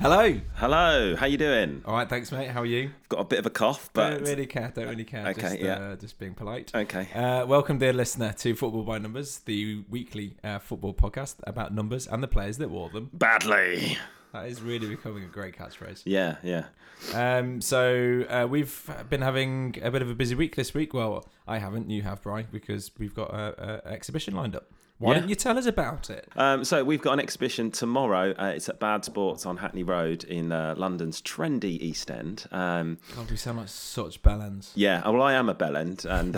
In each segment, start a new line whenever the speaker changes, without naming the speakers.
Hello.
Hello, how you doing?
All right, thanks, mate. How are you?
I've got a bit of a cough, but
don't really care. Don't really care.
Okay,
just,
yeah.
uh, just being polite.
okay.
Uh, welcome, dear listener, to Football by Numbers, the weekly uh, football podcast about numbers and the players that wore them.
Badly.
That is really becoming a great catchphrase.
Yeah, yeah.
Um, so uh, we've been having a bit of a busy week this week. Well, I haven't. You have, Bry, because we've got a, a exhibition lined up. Why
Yeah.
didn't you tell us about it?
Um, so we've got an exhibition tomorrow. Uh, it's at Bad Sports on Hackney Road in uh, London's trendy East End. Um,
God, we sound like such bellends.
yeah, oh, well, I am a bellend, and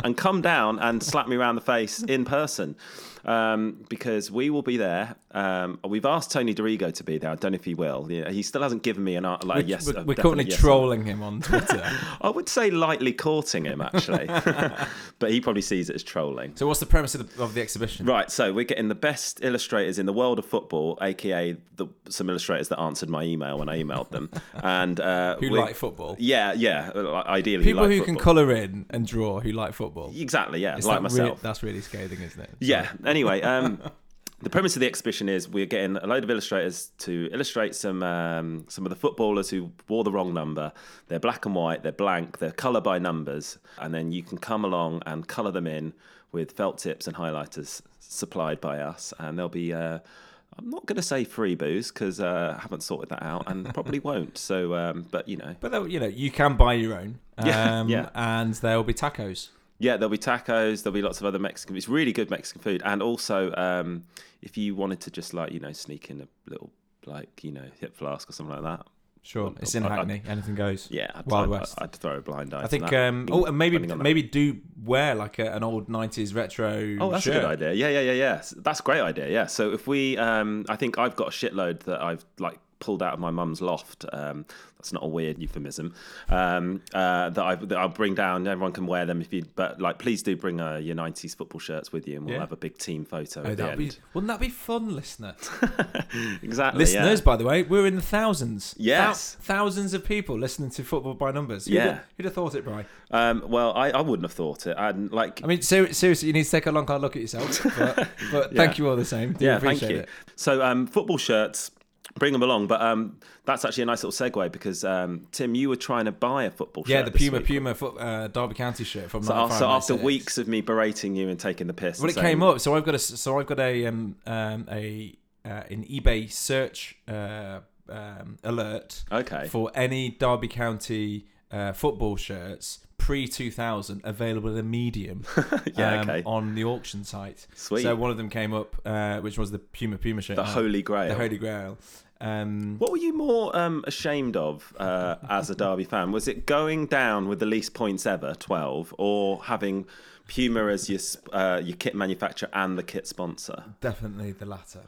and come down and slap me around the face in person, um, because we will be there. Um, we've asked Tony Dorigo to be there. I don't know if he will. Yeah, he still hasn't given me an uh, like a
We're-
yes.
we're,
a
we're
definite
currently
yes or no.
trolling him on Twitter.
I would say lightly courting him actually, but he probably sees it as trolling.
so, what's the premise of the, of the exhibition?
Right, so we're getting the best illustrators in the world of football, aka the, some illustrators that answered my email when I emailed them, and uh,
Who
we-
like football?
Yeah, yeah. uh, Ideally,
People
like
who can
football.
colour in and draw who like football.
exactly, yeah,
Is
like
that rea-
myself.
that's really scathing, isn't it?
Yeah. Anyway, um, the premise of the exhibition is we're getting a load of illustrators to illustrate some um, some of the footballers who wore the wrong number. They're black and white. They're blank. They're colour by numbers, and then you can come along and colour them in with felt tips and highlighters supplied by us, and they'll be. Uh, I'm not going to say free booze because uh, I haven't sorted that out and probably won't. So, um, but you know,
But though, you know, you can buy your own.
Yeah,
um,
yeah.
And there will be tacos.
Yeah, there'll be tacos. There'll be lots of other Mexican. It's really good Mexican food, and also um, if you wanted to just like you know sneak in a little like you know hip flask or something like that.
Sure,
Well,
it's in
I- I-
Hackney. Anything goes.
Yeah, I'd,
Wild
I'd,
West.
I'd throw a blind eye.
I
to
think.
that.
Um, oh, and maybe
Depending on that.
maybe do wear like a, an old '90s retro.
Oh, that's
shirt.
a good idea. Yeah, yeah, yeah, yeah. S- That's a great idea. Yeah. So if we, um, I think I've got a shitload that I've like pulled out of my mum's loft. Um, that's not a weird euphemism. Um, uh, that I that I'll bring down. Everyone can wear them if you. But like, please do bring uh, your '90s football shirts with you, and we'll
Yeah.
have a big team photo
Oh,
at the
that'd be,
end.
wouldn't that be fun, listener?
Exactly. yeah.
Listeners, by the way, we're in the thousands. Thou-
Yes.
thousands of people listening to Football by Numbers. Who'd
Yeah.
have, who'd have thought it, Bry?
Um, well, I, I wouldn't have thought it. I'd like.
I mean, ser- seriously, you need to take a long hard look at yourself. But, but thank you all the same. Do
yeah,
appreciate
thank you.
It.
So, um, football shirts, bring them along. But um, that's actually a nice little segue because um, Tim, you were trying to buy a football
Yeah,
shirt.
the
this
Puma
week.
Puma foot, uh, Derby County shirt from
So, af-
95,
so after
96.
weeks of me berating you and taking the piss,
Well, it came up. So I've got a so I've got a um, um a uh, an eBay search uh, um, alert
Okay.
for any Derby County uh, football shirts pre 2000 available in a medium
Yeah,
um,
okay.
on the auction site.
Sweet.
So one of them came up, uh, which was the Puma Puma shirt.
the
now.
Holy Grail.
um, the Holy Grail. Um,
What were you more um, ashamed of uh, as a Derby fan? Was it going down with the least points ever, twelve, or having Puma as your sp- uh, your kit manufacturer and the kit sponsor?
definitely the latter.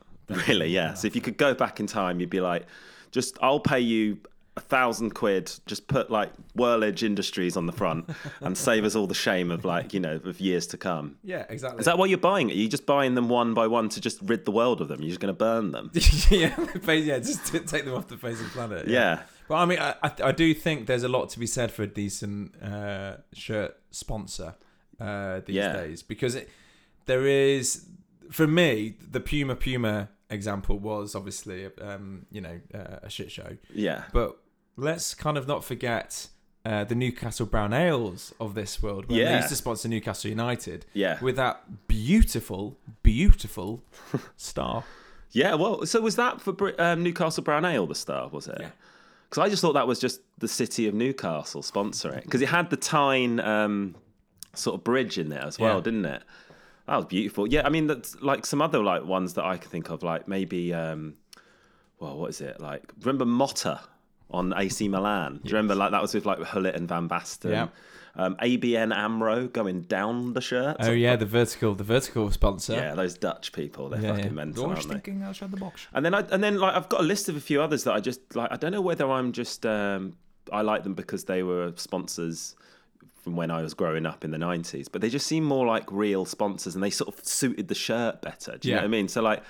Really, yeah. So if you could go back in time, you'd be like, just I'll pay you a thousand quid, just put like Whirlage Industries on the front and save us all the shame of like, you know, of years to come.
Yeah, exactly.
Is that why you're buying it? You're just buying them one by one to just rid the world of them. You're just going to burn them.
yeah, face- yeah, just to take them off the face of the planet.
Yeah.
But I mean, I, I, I do think there's a lot to be said for a decent uh, shirt sponsor uh, these
Yeah.
days because it, there is, for me, the Puma Puma example was obviously, um, you know, uh, a shit show.
Yeah.
But let's kind of not forget uh, the Newcastle Brown Ales of this world. When they
Yeah.
used to sponsor Newcastle United
Yeah.
with that beautiful, beautiful star.
Yeah. Well, so was that for Brit- um, Newcastle Brown Ale, the star, was it?
Yeah.
Because I just thought that was just the city of Newcastle sponsoring. Because it had the Tyne um, sort of bridge in there as well,
Yeah.
didn't it? That was beautiful. Yeah, I mean, that's like some other like ones that I can think of, like maybe, um, well, what is it? Like, remember Motta on AC Milan? Do you remember like that was with like Hullet and Van Basten?
Yeah.
Um, ABN Amro going down the shirt.
Oh yeah, the vertical, the vertical sponsor.
yeah, those Dutch people, they're fucking mental,
Doors
aren't they?
thinking outside the box.
And then I and then like I've got a list of a few others that I just like I don't know whether I'm just um I like them because they were sponsors from when I was growing up in the 90s, but they just seem more like real sponsors and they sort of suited the shirt better. Do you
Yeah.
know what I mean? So like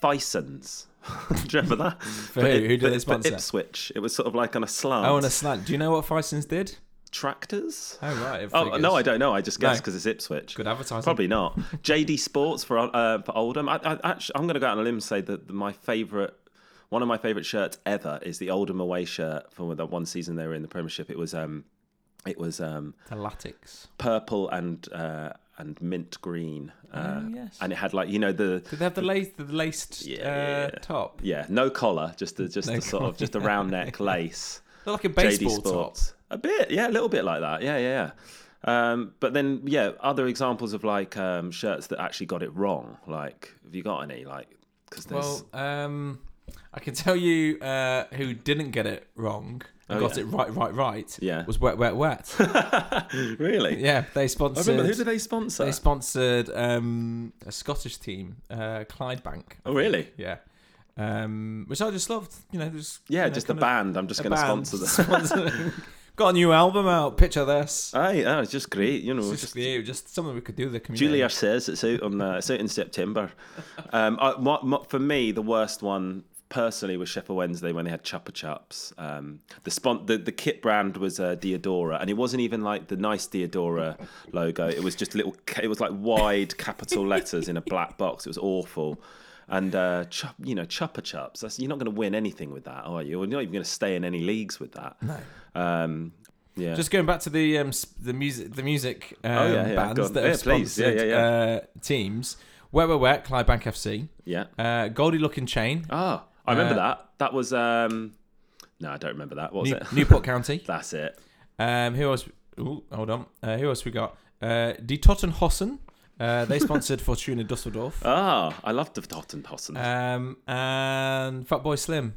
Fisons. Do you remember that? For
who? Who did they sponsor?
For Ipswich. It was sort of like on a slant.
Oh, and a slant. Do you know what Fisons did?
Tractors?
Oh right. it
Oh,
figures.
no, I don't know. I just
No.
guessed because it's Ipswich.
Good advertising.
Probably not. JD Sports for uh, for Oldham. I, I, actually, I'm going to go out on a limb and say that my favourite One of my favourite shirts ever is the Oldham away shirt from the one season they were in the Premiership. It was um, it was um,
The Latics.
purple and uh, and mint green, uh,
Oh, yes.
and it had like you know the
Did they have the laced, the laced
Yeah,
uh,
yeah, yeah.
top?
yeah no collar, just the just
No
the sort
collar,
of just a round neck lace.
They're like a
JD
baseball top.
Sports. A bit, yeah, a little bit like that. Yeah, yeah, yeah. Um, but then, yeah, other examples of like um, shirts that actually got it wrong. Like, have you got any? Like, because there's
Well, um, I can tell you uh, who didn't get it wrong and
Oh,
got
yeah.
it right, right, right.
Yeah.
was wet, wet, wet.
really.
yeah, they
I
sponsored.
remember who did they sponsor?
They sponsored um, a Scottish team, uh, Clydebank.
oh, really?
Yeah, um, which I just loved. You know, just
Yeah,
you know,
just the
kind of
band. I'm just
a
going to
band
sponsor them.
sponsoring. Got a new album out. Picture this.
Aye, that was just great. You know,
It's
Oh, just
just, you, just something we could do. with The community.
Julia says it's out on uh, it's out in September. Um, I, my, my, for me, the worst one personally was Sheffield Wednesday when they had Chupa Chups. Um, the, spon- the the kit brand was uh, Diodora, and it wasn't even like the nice Diodora logo. It was just little. ca- It was like wide capital letters in a black box. It was awful. And uh, chup, you know, Chupa Chups. That's, you're not going to win anything with that, are you? You're not even going to stay in any leagues with that.
No.
Um, yeah.
Just going back to the um, s- the music the music um,
Oh, yeah, yeah, go
bands
on.
that have
Yeah, please. Yeah,
sponsored
yeah,
Uh, teams. Wet Wet Wet, Clydebank FC,
yeah.
uh, Goldie Looking Chain,
Ah, I remember
Uh,
that. That was um no, I don't remember that. What was
New-
it?
Newport County.
That's it.
Um, who else? Ooh, hold on. Uh, who else we got? Uh, Die Tottenhossen. Uh, they sponsored Fortuna Dusseldorf.
Ah, I loved the Tottenhossen.
Um, and Fatboy Slim,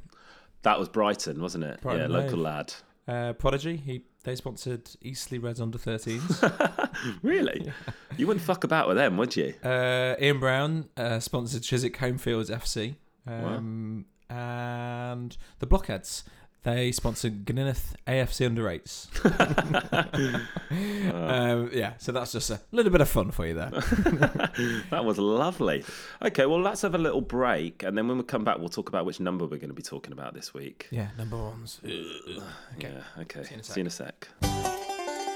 that was Brighton, wasn't it?
Brighton
yeah, local
Hove.
lad.
uh, Prodigy. He they sponsored Eastleigh Reds under 13s.
Really? you wouldn't fuck about with them, would you?
uh, Ian Brown uh, sponsored Chiswick Homefields FC. Um, And the Blockheads. They sponsored Gnineth AFC under eights. um, yeah, so that's just a little bit of fun for you there.
That was lovely. Okay, well, let's have a little break, and then when we come back, we'll talk about which number we're going to be talking about this week.
Yeah, number ones. Uh,
Okay. Yeah, okay. See
in a sec.
you in a sec.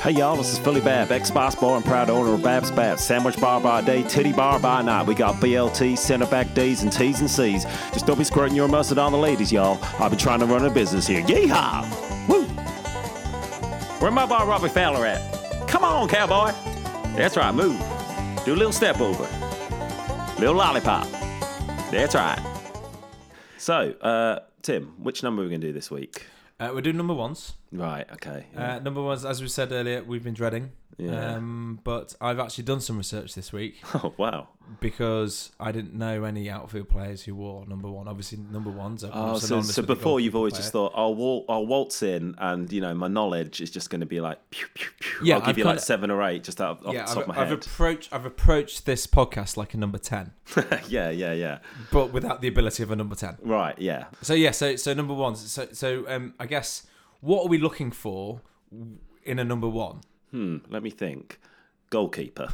Hey y'all, this is Philly Bab, ex-boss bar and proud owner of Bab's Bab. Sandwich bar by day, titty bar by night. We got BLT, center back D's and T's and C's. Just don't be squirting your mustard on the ladies, y'all. I've been trying to run a business here. Yeehaw! Woo! Where my bar Robbie Fowler at? Come on, cowboy! That's right, move. Do a little step over. Little lollipop. That's right. So, uh, Tim, which number are we going to do this week?
Uh, we're doing number ones.
Right, okay. yeah.
Uh, number ones, as we said earlier, we've been dreading.
Yeah.
Um, but I've actually done some research this week
oh, wow.
because I didn't know any outfield players who wore number one. Obviously, number ones. are
Oh, so,
synonymous
so
with the
before you've
goalkeeper
always just
player.
thought, I'll, wal- I'll waltz in and, you know, my knowledge is just going to be like, pew, pew, pew.
Yeah,
I'll give
I've
you like
kinda-
seven or eight just out of, off
Yeah,
the top
I've,
of my
I've
head.
approached I've approached this podcast like a number ten,
yeah, yeah, yeah.
but without the ability of a number ten.
Right, yeah.
So yeah, so so number ones. So so um, I guess what are we looking for in a number one?
Hmm, let me think. Goalkeeper.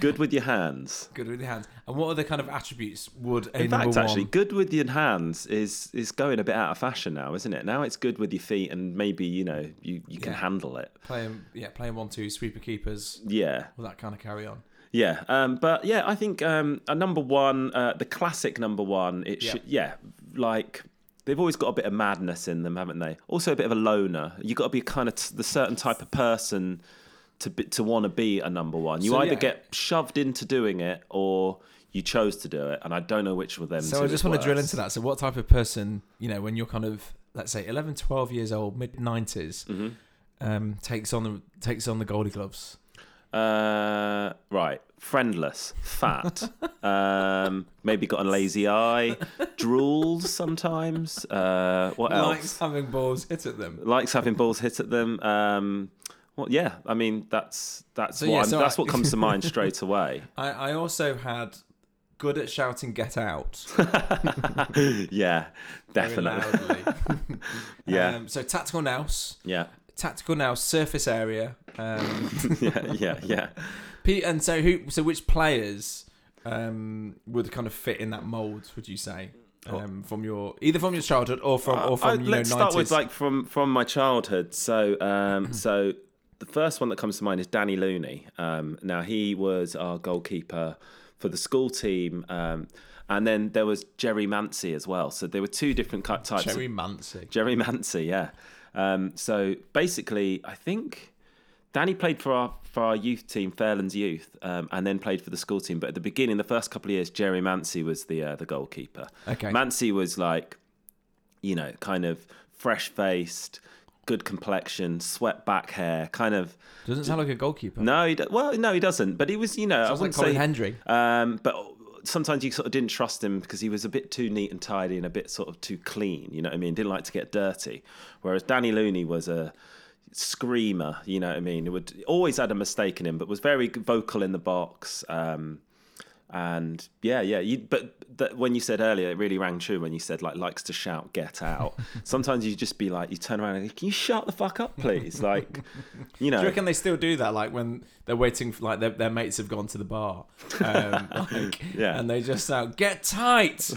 Good with your hands.
Good with the hands. And what other kind of attributes would a
In
number
fact,
one?
actually, good with your hands is is going a bit out of fashion now, isn't it? Now it's good with your feet, and maybe you know you, you can
Yeah.
handle it.
playing yeah playing one two sweeper keepers
Yeah,
all that kind of carry on
yeah. Um, but yeah, I think um, a number one, uh, the classic number one. It
Yeah.
should, yeah, like they've always got a bit of madness in them, haven't they? Also, a bit of a loner. You got to be kind of t- the certain type of person to be, to want to be a number one. You
So,
either
yeah.
get shoved into doing it or you chose to do it, and I don't know which of them.
so
two
i
is
just want to drill
worse.
into that so what type of person you know when you're kind of let's say 11 12 years old mid 90s
Mm-hmm.
um, takes on the takes on the goldie gloves
Uh, right. Friendless, fat, um, maybe got a lazy eye, drools sometimes. Uh, what
likes
else?
having balls hit at them
Likes having balls hit at them. Um, well, yeah. I mean, that's that's
So,
what
yeah,
I'm-
so
that's
I-
what comes to mind straight away.
i, I also had good at shouting get out very
yeah,
loudly
definitely. Yeah,
um, so tactical nous
yeah,
tactical nous surface area um,
yeah, yeah, yeah.
P- and so who so which players um would kind of fit in that mold would you say um from your either from your childhood or from or
Uh,
from you know
let's start with
90s?
like from from my childhood. So um, so the first one that comes to mind is Danny Looney. Um, now he was our goalkeeper for the school team, um, and then there was Jerry Mancy as well. So there were two different ki- types.
Cherry
of,
Mancy.
Jerry Mancy, yeah. Um, so basically, I think Danny played for our for our youth team, Fairlands Youth, um, and then played for the school team. But at the beginning, the first couple of years, Jerry Mancy was the uh, the goalkeeper.
Okay.
Mancy was like, you know, kind of fresh faced, good complexion, swept back hair, kind of.
Doesn't sound like a goalkeeper.
No, he do- well, no, he doesn't. But he was, you know, I
Sounds like
wouldn't
Colin
say,
Hendry.
Um, but sometimes you sort of didn't trust him because he was a bit too neat and tidy and a bit sort of too clean. You know what I mean? Didn't like to get dirty. Whereas Danny Looney was a screamer. You know what I mean? He would always had a mistake in him, but was very vocal in the box. Um, and yeah, yeah. You, but that, when you said earlier, it really rang true when you said like likes to shout, get out. Sometimes you just be like, you turn around and go, can you shut the fuck up, please? Like, you know,
Do you reckon they still do that? Like when they're waiting, for, like their, their mates have gone to the bar, um, like,
Yeah.
and they just shout "Get tight!"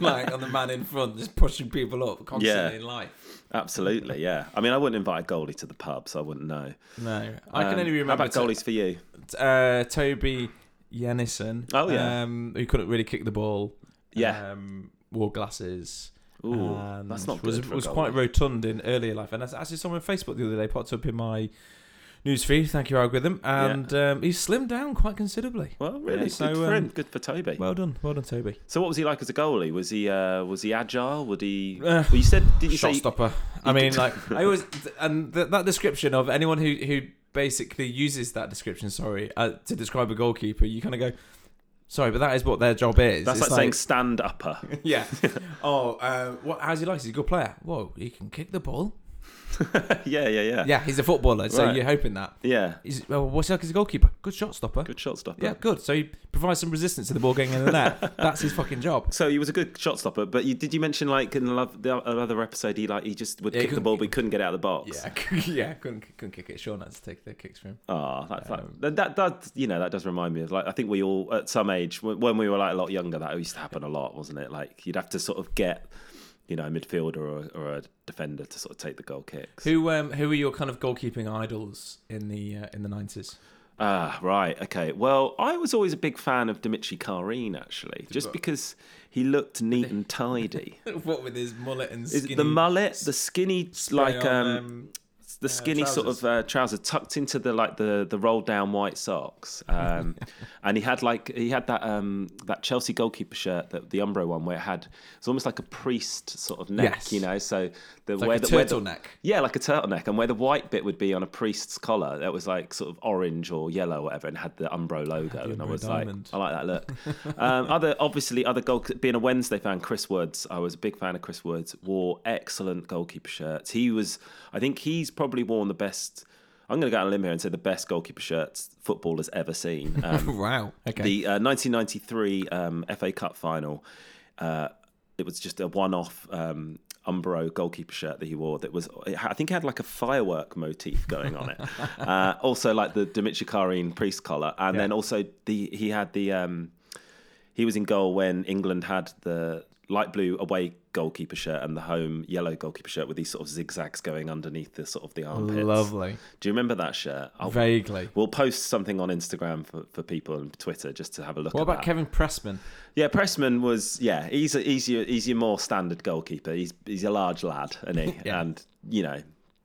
like on the man in front, just pushing people up constantly
Yeah.
in life.
Absolutely, yeah. I mean, I wouldn't invite a goalie to the pub, so I wouldn't know.
No, I
Um,
can only remember
How about goalies for you?
to- uh, Toby Yennison.
Oh, yeah.
um, who couldn't really kick the ball.
Yeah.
um, wore glasses.
Ooh,
and
that's not good
Um, was
for a
was
goalie.
quite rotund in earlier life, and that's actually someone on Facebook the other day popped up in my newsfeed. Thank you, algorithm, and um, he's slimmed down quite considerably.
Well, really,
Yeah, so,
good for
um,
him. Good for Toby.
Well done, well done, Toby.
so, what was he like as a goalie? Was he uh, was he agile? Would he?
Uh,
well, you said did you
Shot
say?
stopper. I mean, like I always th- and th- that description of anyone who who basically uses that description, sorry, uh, to describe a goalkeeper, you kind of go, sorry, but that is what their job is.
That's
It's
like, saying stand upper.
yeah. oh, uh, what? How's he like? He's a good player. Whoa, he can kick the ball.
yeah, yeah, yeah,
Yeah, he's a footballer, so
Right.
you're hoping that.
Yeah.
He's, well, what's he like as a goalkeeper? Good shot stopper.
Good shot stopper.
Yeah, good. So he provides some resistance to the ball going in the net. That's his fucking job.
So he was a good shot stopper, but you, did you mention like in the love- the other episode he like he just would
Yeah, he
kick the
couldn't
ball
kick-
but he couldn't get out of the box.
Yeah, yeah, couldn't couldn't kick it. Sean had to take the kicks from him.
Oh, that's like, that that you know that does remind me of like I think we all at some age when when we were like a lot younger that used to happen a lot, wasn't it? Like you'd have to sort of get you know a midfielder or, or a defender to sort of take the goal kicks.
Who um who are your kind of goalkeeping idols in the uh, in the nineties?
Ah, right, okay. Well, I was always a big fan of Dimitri Karin actually, just because he looked neat and tidy.
what with his mullet and
Is it the mullet, the skinny like um, the skinny sort
trousers.
of uh, trouser tucked into the like the the rolled down white socks, um, and he had like he had that um, that Chelsea goalkeeper shirt that the Umbro one where it had it's almost like a priest sort of neck,
Yes.
you know. So the
like
uh, where
a
the, where the-
turtleneck.
yeah, like a turtleneck, and where the white bit would be on a priest's collar, that was like sort of orange or yellow, or whatever, and had the Umbro logo, and I
Umbro
was
diamond.
like, I like that look. um, other obviously other goal being a Wednesday fan, Chris Woods, I was a big fan of Chris Woods. Wore excellent goalkeeper shirts. He was, I think he's probably worn the best. I'm going to go out on a limb here and say the best goalkeeper shirts football has ever seen. Um,
wow. Okay.
the uh, 1993 um, FA Cup final. Uh, it was just a one-off um, Umbro goalkeeper shirt that he wore. That was, it had- I think, it had like a firework motif going on it. uh, also, like the Dimitri Karin priest collar, and then also the he had the um, he was in goal when England had the light blue away goalkeeper shirt and the home yellow goalkeeper shirt with these sort of zigzags going underneath the sort of the Oh. armpits.
Lovely.
Do you remember that shirt? I'll
Vaguely.
We'll post something on Instagram for, for people and Twitter just to have a look.
What
at
about
that.
Kevin Pressman?
Yeah, Pressman was yeah. He's a, he's your he's your more standard goalkeeper. He's he's a large lad, and he
Yeah.
and you know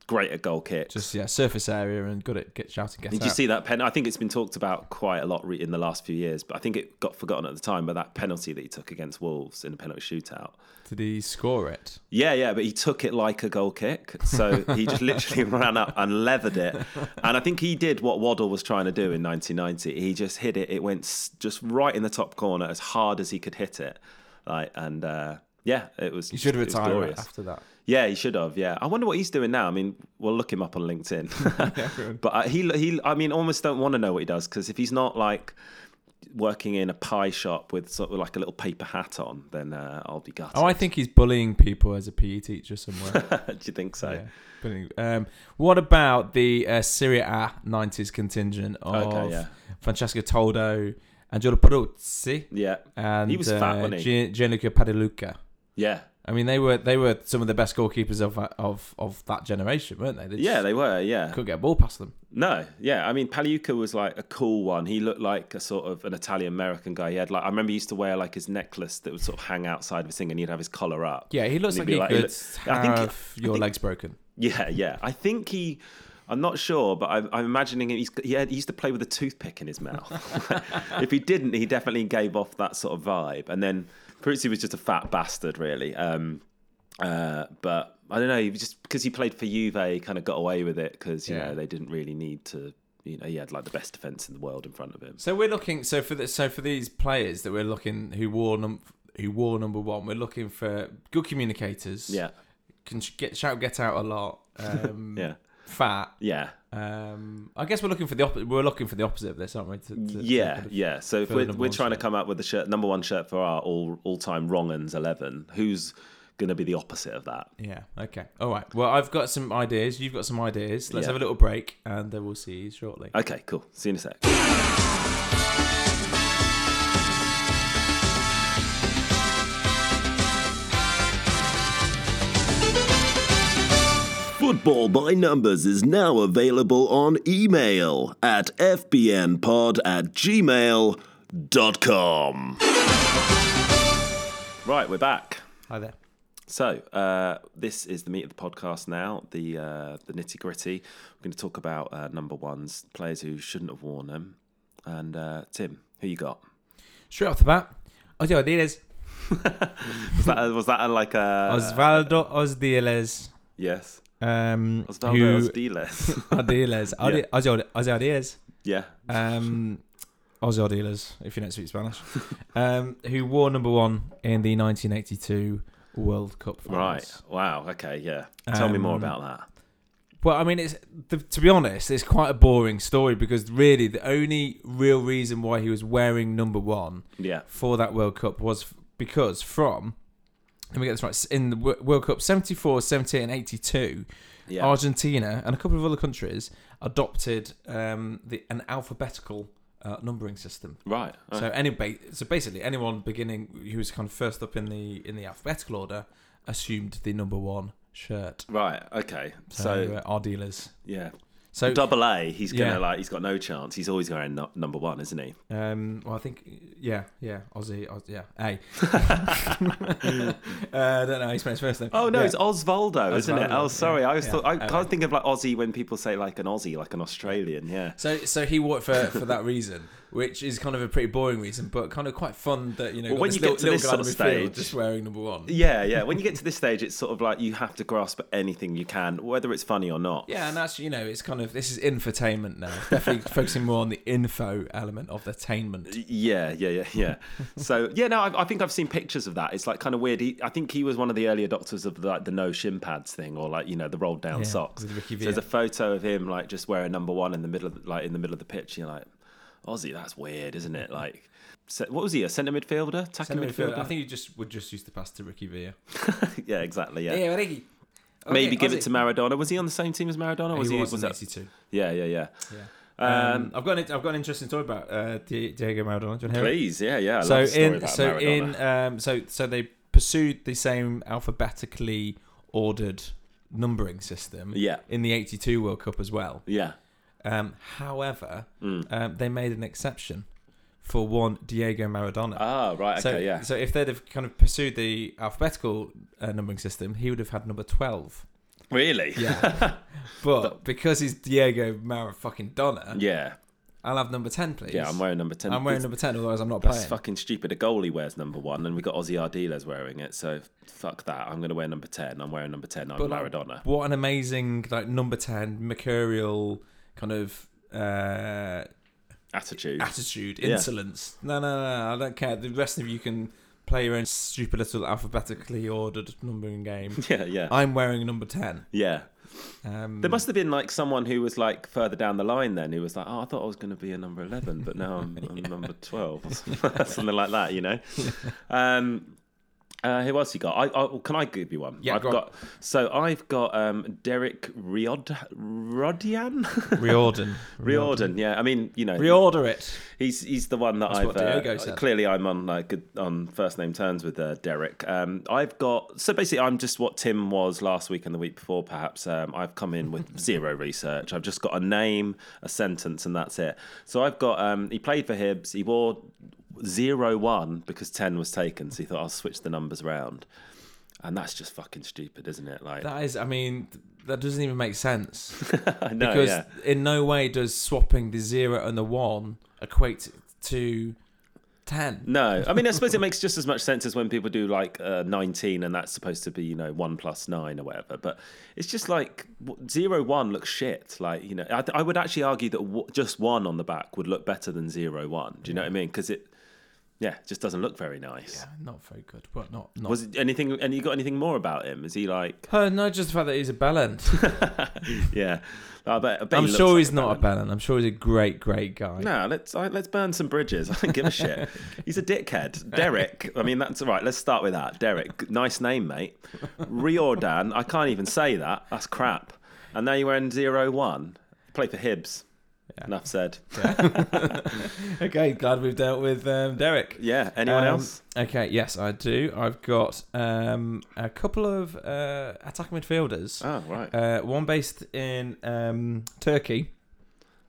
great at goal kicks.
Just yeah, surface area and good at get shouting. Get
Did
out.
you see that pen? I think it's been talked about quite a lot re- in the last few years, but I think it got forgotten at the time by that penalty that he took against Wolves in a penalty shootout.
Did he score it?
Yeah, yeah, but he took it like a goal kick. So he just literally ran up and leathered it. And I think he did what Waddle was trying to do in 1990. He just hit it. It went s- just right in the top corner as hard as he could hit it. Like and uh, yeah, it was.
He should
it was
retire
glorious.
after that.
Yeah, he should have. Yeah, I wonder what he's doing now. I mean, we'll look him up on LinkedIn. but uh, he, he, I mean, almost don't want to know what he does because if he's not like working in a pie shop with sort of like a little paper hat on, then uh, I'll be gutted.
Oh, I think he's bullying people as a PE teacher somewhere. Oh,
do you think so?
Yeah. Bullying- Um, what about the uh, Serie A 90s contingent of
Okay, yeah.
Francesco Toldo, Angelo Peruzzi,
Yeah.
and
He was fat,
uh,
wasn't he?
Gian- Gianluca Padaluca?
Yeah.
I mean, they were they were some of the best goalkeepers of of of that generation, weren't they? they just
Yeah, they were. Yeah.
couldn't get a ball past them.
No, yeah. I mean, Paliuca was like a cool one. He looked like a sort of an Italian American guy. He had like I remember he used to wear like his necklace that would sort of hang outside of his thing, and he'd have his collar up.
Yeah, he looks
And
like
he'd
he
be
could
I
have
think-
your legs broken.
Yeah, yeah. I think he. I'm not sure, but I'm, I'm imagining he's, he, had, he used to play with a toothpick in his mouth. if he didn't, he definitely gave off that sort of vibe. And then Peruzzi was just a fat bastard, really. Um, uh, but I don't know, he was just because he played for Juve, he kind of got away with it because you
Yeah.
know they didn't really need to. You know, he had like the best defense in the world in front of him.
So we're looking. So for the, so for these players that we're looking who wore num who wore number one, we're looking for good communicators.
Yeah,
can sh- get shout get out a lot. Um,
yeah,
fat.
yeah.
Um, I guess we're looking for the opposite. We're looking for the opposite of this, aren't we? To- to- to
yeah,
kind of-
yeah. So if
fill the
we're,
number
we're
one
trying to
shirt.
come up with the shirt number one shirt for our all all time wrong uns eleven, who's going to be the opposite of that?
Yeah. Okay. All right. Well, I've got some ideas. You've got some ideas. Let's
Yeah.
have a little break, and uh, we'll see you shortly.
Okay, cool. See you in a sec.
Football by Numbers is now available on email at fbnpod at gmail.com.
Right, we're back.
Hi there.
So uh, this is the meat of the podcast now. The uh, the nitty gritty. We're going to talk about uh, number ones, players who shouldn't have worn them. And uh, Tim, who you got?
Straight off the bat, Osvaldo Diles.
Was that was that a, like a
Osvaldo Osdiles.
yes?
Um,
Osvaldo
who-
Osdiles.
Ardiles. Ardi- Osvaldo Osvaldiles.
yeah,
um, Ozzy Ardiles, if you don't speak Spanish, um, who wore number one in the 1982 World Cup
right.
finals.
Wow. Okay. Yeah. Tell me more
Um,
about that.
Well, I mean, it's the, to be honest, it's quite a boring story because really the only real reason why he was wearing number one
Yeah.
for that World Cup was f- because from let me get this right s- in the Wo- World Cup 74, 78, and 82,
Yeah.
Argentina and a couple of other countries adopted um, the, an alphabetical uh, numbering system.
Right. uh,
So any ba- so basically anyone beginning who was kind of first up in the in the alphabetical order assumed the number one shirt.
Right. Okay.
So,
So,
uh, our dealers.
yeah,
So
double A. He's gonna
Yeah.
like. He's got no chance. He's always going no, number one, isn't he?
um, well, I think yeah, yeah, Aussie, Aussie yeah, A. uh, I don't know. how you spell his first name.
Oh no,
Yeah.
it's Osvaldo, isn't it?
Osvaldo,
Oh, sorry. I was.
yeah,
Thought, I
yeah.
can't think of like Aussie when people say like an Aussie, like an Australian. Yeah.
so so he wore it for for that reason, which is kind of a pretty boring reason, but kind of quite fun that you know
Well,
got
when
this
you get
little,
to this
little guy
sort
on
of
the field
stage-
just wearing number one.
Yeah, yeah. When you get to this stage, it's sort of like you have to grasp at anything you can, whether it's funny or not.
Yeah, and that's you know, it's kind of this is infotainment now. Definitely focusing more on the info element of the attainment.
Yeah, yeah, yeah, yeah. so yeah, no, I, I think I've seen pictures of that. It's like kind of weird. He, I think he was one of the early adopters of like the no shin pads thing, or like you know the rolled down
Yeah,
socks.
with Ricky
So there's a
Villa.
photo of him like just wearing number one in the middle, of, like in the middle of the pitch. And you're like, Aussie, that's weird, isn't it? Like, se- what was he? A centre midfielder, attacking
Centre midfielder.
midfielder?
I think you just would just use the pass to Ricky Villa.
yeah, exactly. Yeah.
Yeah, Ricky.
Maybe give it to Maradona. Was he on the same team as Maradona? Was
he,
he?
was,
was
in
that-
82.
Yeah, yeah, yeah.
Um, I've got an, I've got an interesting story about uh, Di- Diego Maradona. Do you want to hear it?
Please, yeah, yeah. I
So
love the story
in
about
so
Maradona.
in um, so so they pursued the same alphabetically ordered numbering system
Yeah.
in the 82 World Cup as well.
yeah,
Um, however,
Hmm.
um, they made an exception for one Diego Maradona.
ah, right, okay,
so,
yeah,
so if they'd have kind of pursued the alphabetical uh, numbering system, he would have had number 12.
really,
Yeah. but because he's Diego Mara fucking Donna,
yeah.
I'll have number 10, please.
Yeah, I'm wearing number 10.
I'm wearing number 10, otherwise I'm not
That's
playing.
fucking stupid. A goalie wears number one, and we got Ozzy Ardiles wearing it. So fuck that. I'm going to wear number 10. I'm wearing number 10. I'm
But, like,
Maradona.
What an amazing, like, number 10 mercurial kind of. Uh,
Attitude.
attitude,
Yeah.
insolence. No, no, no, I don't care. The rest of you can play your own stupid little alphabetically ordered numbering game.
yeah, yeah.
I'm wearing number 10.
yeah.
Um,
There must have been like someone who was like further down the line then who was like, oh, I thought I was going to be a number 11, but now I'm, I'm number 12 or something like that, you know? Um, Uh, who else you got? I, I can I give you one?
Yeah,
I've
go on.
got. So I've got um, Derek Riod Rodian
Reorden.
Riordan. Yeah, I mean you know
Reorder it.
he's he's the one that
That's
I've
what Diogo
uh,
said.
clearly I'm on like good, on first name terms with uh, Derek. Um, I've got so basically I'm just what Tim was last week and the week before. Perhaps um, I've come in with zero research. I've just got a name, a sentence, and that's it. So I've got um, he played for Hibs. He wore zero one because ten was taken. So he thought I'll switch the numbers around. And that's just fucking stupid, isn't it? Like,
That is, I mean, th- that doesn't even make sense
I know,
because
yeah.
in no way does swapping the zero and the one equate to ten.
No, I mean, I suppose it makes just as much sense as when people do like uh, 19 and that's supposed to be, you know, 1 plus 9 or whatever. But it's just like w- 0 1 looks shit. Like, you know, I, th- I would actually argue that w- just 1 on the back would look better than 0 1. Do you know what I mean? Because it, yeah, it just doesn't look very nice.
Yeah, not very good, but not not.
Was it anything, and you got anything more about him? Is he like,
Oh, no, just the fact that he's a bellend.
yeah. I bet, I bet
I'm
he looks
sure
like
he's
a
not
bellend.
a bellend. I'm sure he's a great, great guy.
No, let's I, let's burn some bridges. I don't give a shit. He's a dickhead, Derek. I mean, that's all right. Let's start with that, Derek. Nice name, mate. Riordan. I can't even say that. That's crap. And now you're in zero one. Play for Hibs. Enough said.
Okay, glad we've dealt with um, Derek.
Yeah. Anyone
Um,
else?
Okay, yes, I do. I've got um, a couple of uh, attacking midfielders.
Oh right.
Uh, one based in um, Turkey,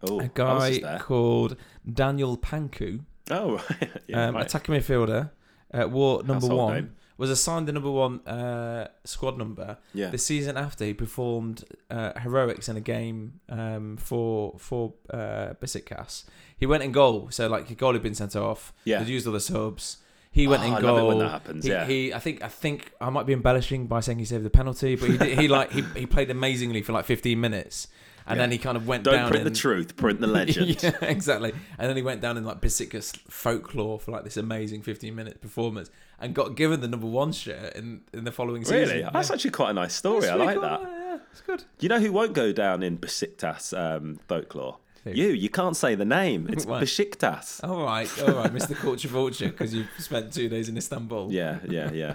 Oh,
a
I was
guy
just there.
called Daniel Panku,
Oh right. yeah,
um,
right.
attacking midfielder, uh, war number
Household
one,
name.
was assigned the number one uh, squad number.
Yeah.
The season after, he performed uh, heroics in a game um, for for uh, Besiktas. He went in goal, so like his goal had been sent off.
Yeah.
They'd used all the subs. He went
Oh,
in
I
goal.
love it when that happens,
He,
yeah.
he, I think, I think I might be embellishing by saying he saved the penalty, but he did, he like he, he played amazingly for like 15 minutes, and then he kind of went
Don't
down.
print
in-
the truth. Print the legend.
yeah, exactly. And then he went down in like Besiktas folklore for like this amazing 15 minute performance and got given the number one shirt in, in the following season.
Really? That's actually quite a nice story. I like that.
Yeah, it's good.
You know who won't go down in Besiktas um, folklore?
Who?
You. You can't say the name. It's
Why?
Besiktas.
All right, all right, Mr. Culture Vulture, because you spent two days in Istanbul.
Yeah, yeah, yeah.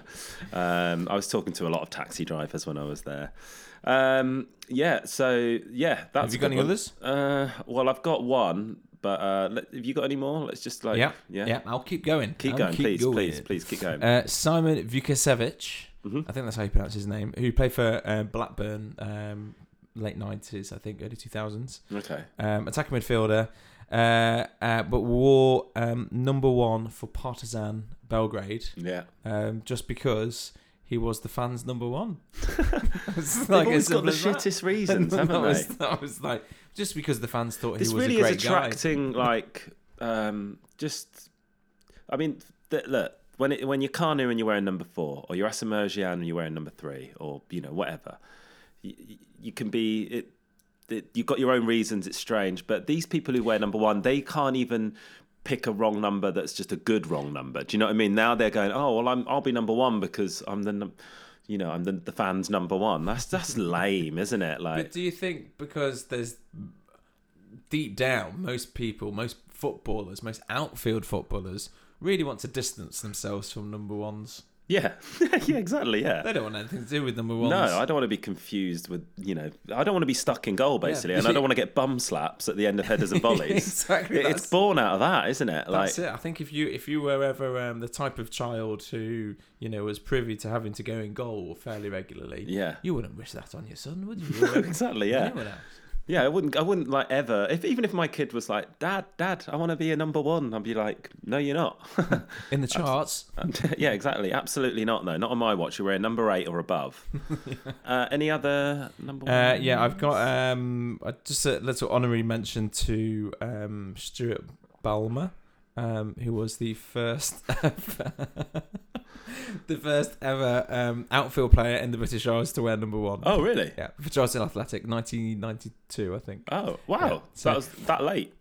Um, I was talking to a lot of taxi drivers when I was there. Um, yeah, so yeah, that's.
Have you got
a good
any
one.
others?
Uh, well, I've got one, but uh, let, have you got any more? Let's just like
yeah,
yeah,
I'll keep going.
Keep
I'll
going, please,
going.
please, Mm-hmm. please keep going.
Uh, Simon Vukasevic, I think that's how you pronounce his name, who played for uh, Blackburn um, late 90s, I think, early 2000s.
okay,
um, attacking midfielder, uh, uh, but wore um, number one for Partizan Belgrade
yeah.
um, just because he was the fans' number one. it's as
They've always got
simple
the
as that.
shittest reasons,
that,
haven't they?
was, that was like just because the fans thought
this
he was
really
a great
is attracting like um just i mean th- look when it, when you're Kanu and you're wearing number four or you're Asamoah and you're wearing number three or you know whatever you, you can be it, it you've got your own reasons it's strange but these people who wear number one they can't even pick a wrong number that's just a good wrong number do you know what i mean now they're going oh well I'm, i'll be number one because i'm the num- you know i'm the, the fans number one that's that's lame isn't it
guy.
like
But do you think because there's deep down most people, most footballers, most outfield footballers really want to distance themselves from number ones?
yeah yeah exactly yeah
They don't want anything to do with number ones.
No, I don't want to be confused with you know. I don't want to be stuck in goal basically, and I don't want to get bum slaps at the end of headers and volleys.
Exactly,
It-
that's-
it's born out of that, isn't it? Like,
That's it. I think if you if you were ever um, the type of child who you know was privy to having to go in goal fairly regularly,
Yeah.
you wouldn't wish that on your son, would you? Or
exactly, yeah,
anyone else?
yeah. I wouldn't, I wouldn't like ever. If even if my kid was like, Dad, Dad, I want to be a number one, I'd be like, No, you're not. Uh,
In the charts,
yeah, exactly. Absolutely not. No, not on my watch. You're a number eight or above. uh, any other number?
uh,
one?
yeah, I've got um, uh, just a little honorary mention to um, Stuart Balmer, um, who was the first ever, the first ever um, outfield player in the British Isles to wear number one.
Oh, really?
Yeah, for Charlton Athletic, 1992, I think.
Oh, wow.
Yeah,
so
so-
that was that late.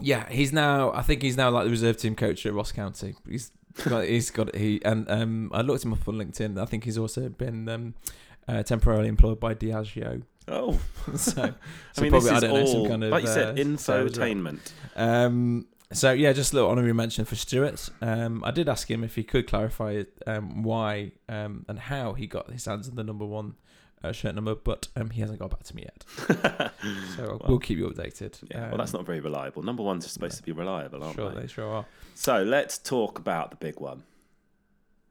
Yeah, he's now. I think he's now like the reserve team coach at Ross County. He's got. he's got. He and um, I looked him up on LinkedIn. I think he's also been um, uh, temporarily employed by Diageo.
Oh,
So, so
I
probably
mean, this is
I don't
all
know some kind of
like you
uh,
said,
sales rep.
infotainment.
Um, So yeah, just a little honorary mention for Stuart. Um, I did ask him if he could clarify um, why um, and how he got his hands on the number one uh, shirt number, but um, he hasn't got back to me yet. So we'll keep you updated. Um,
Yeah, well, that's not very reliable. Number one's supposed to be reliable, aren't
sure
they?
they sure are.
So let's talk about the big one.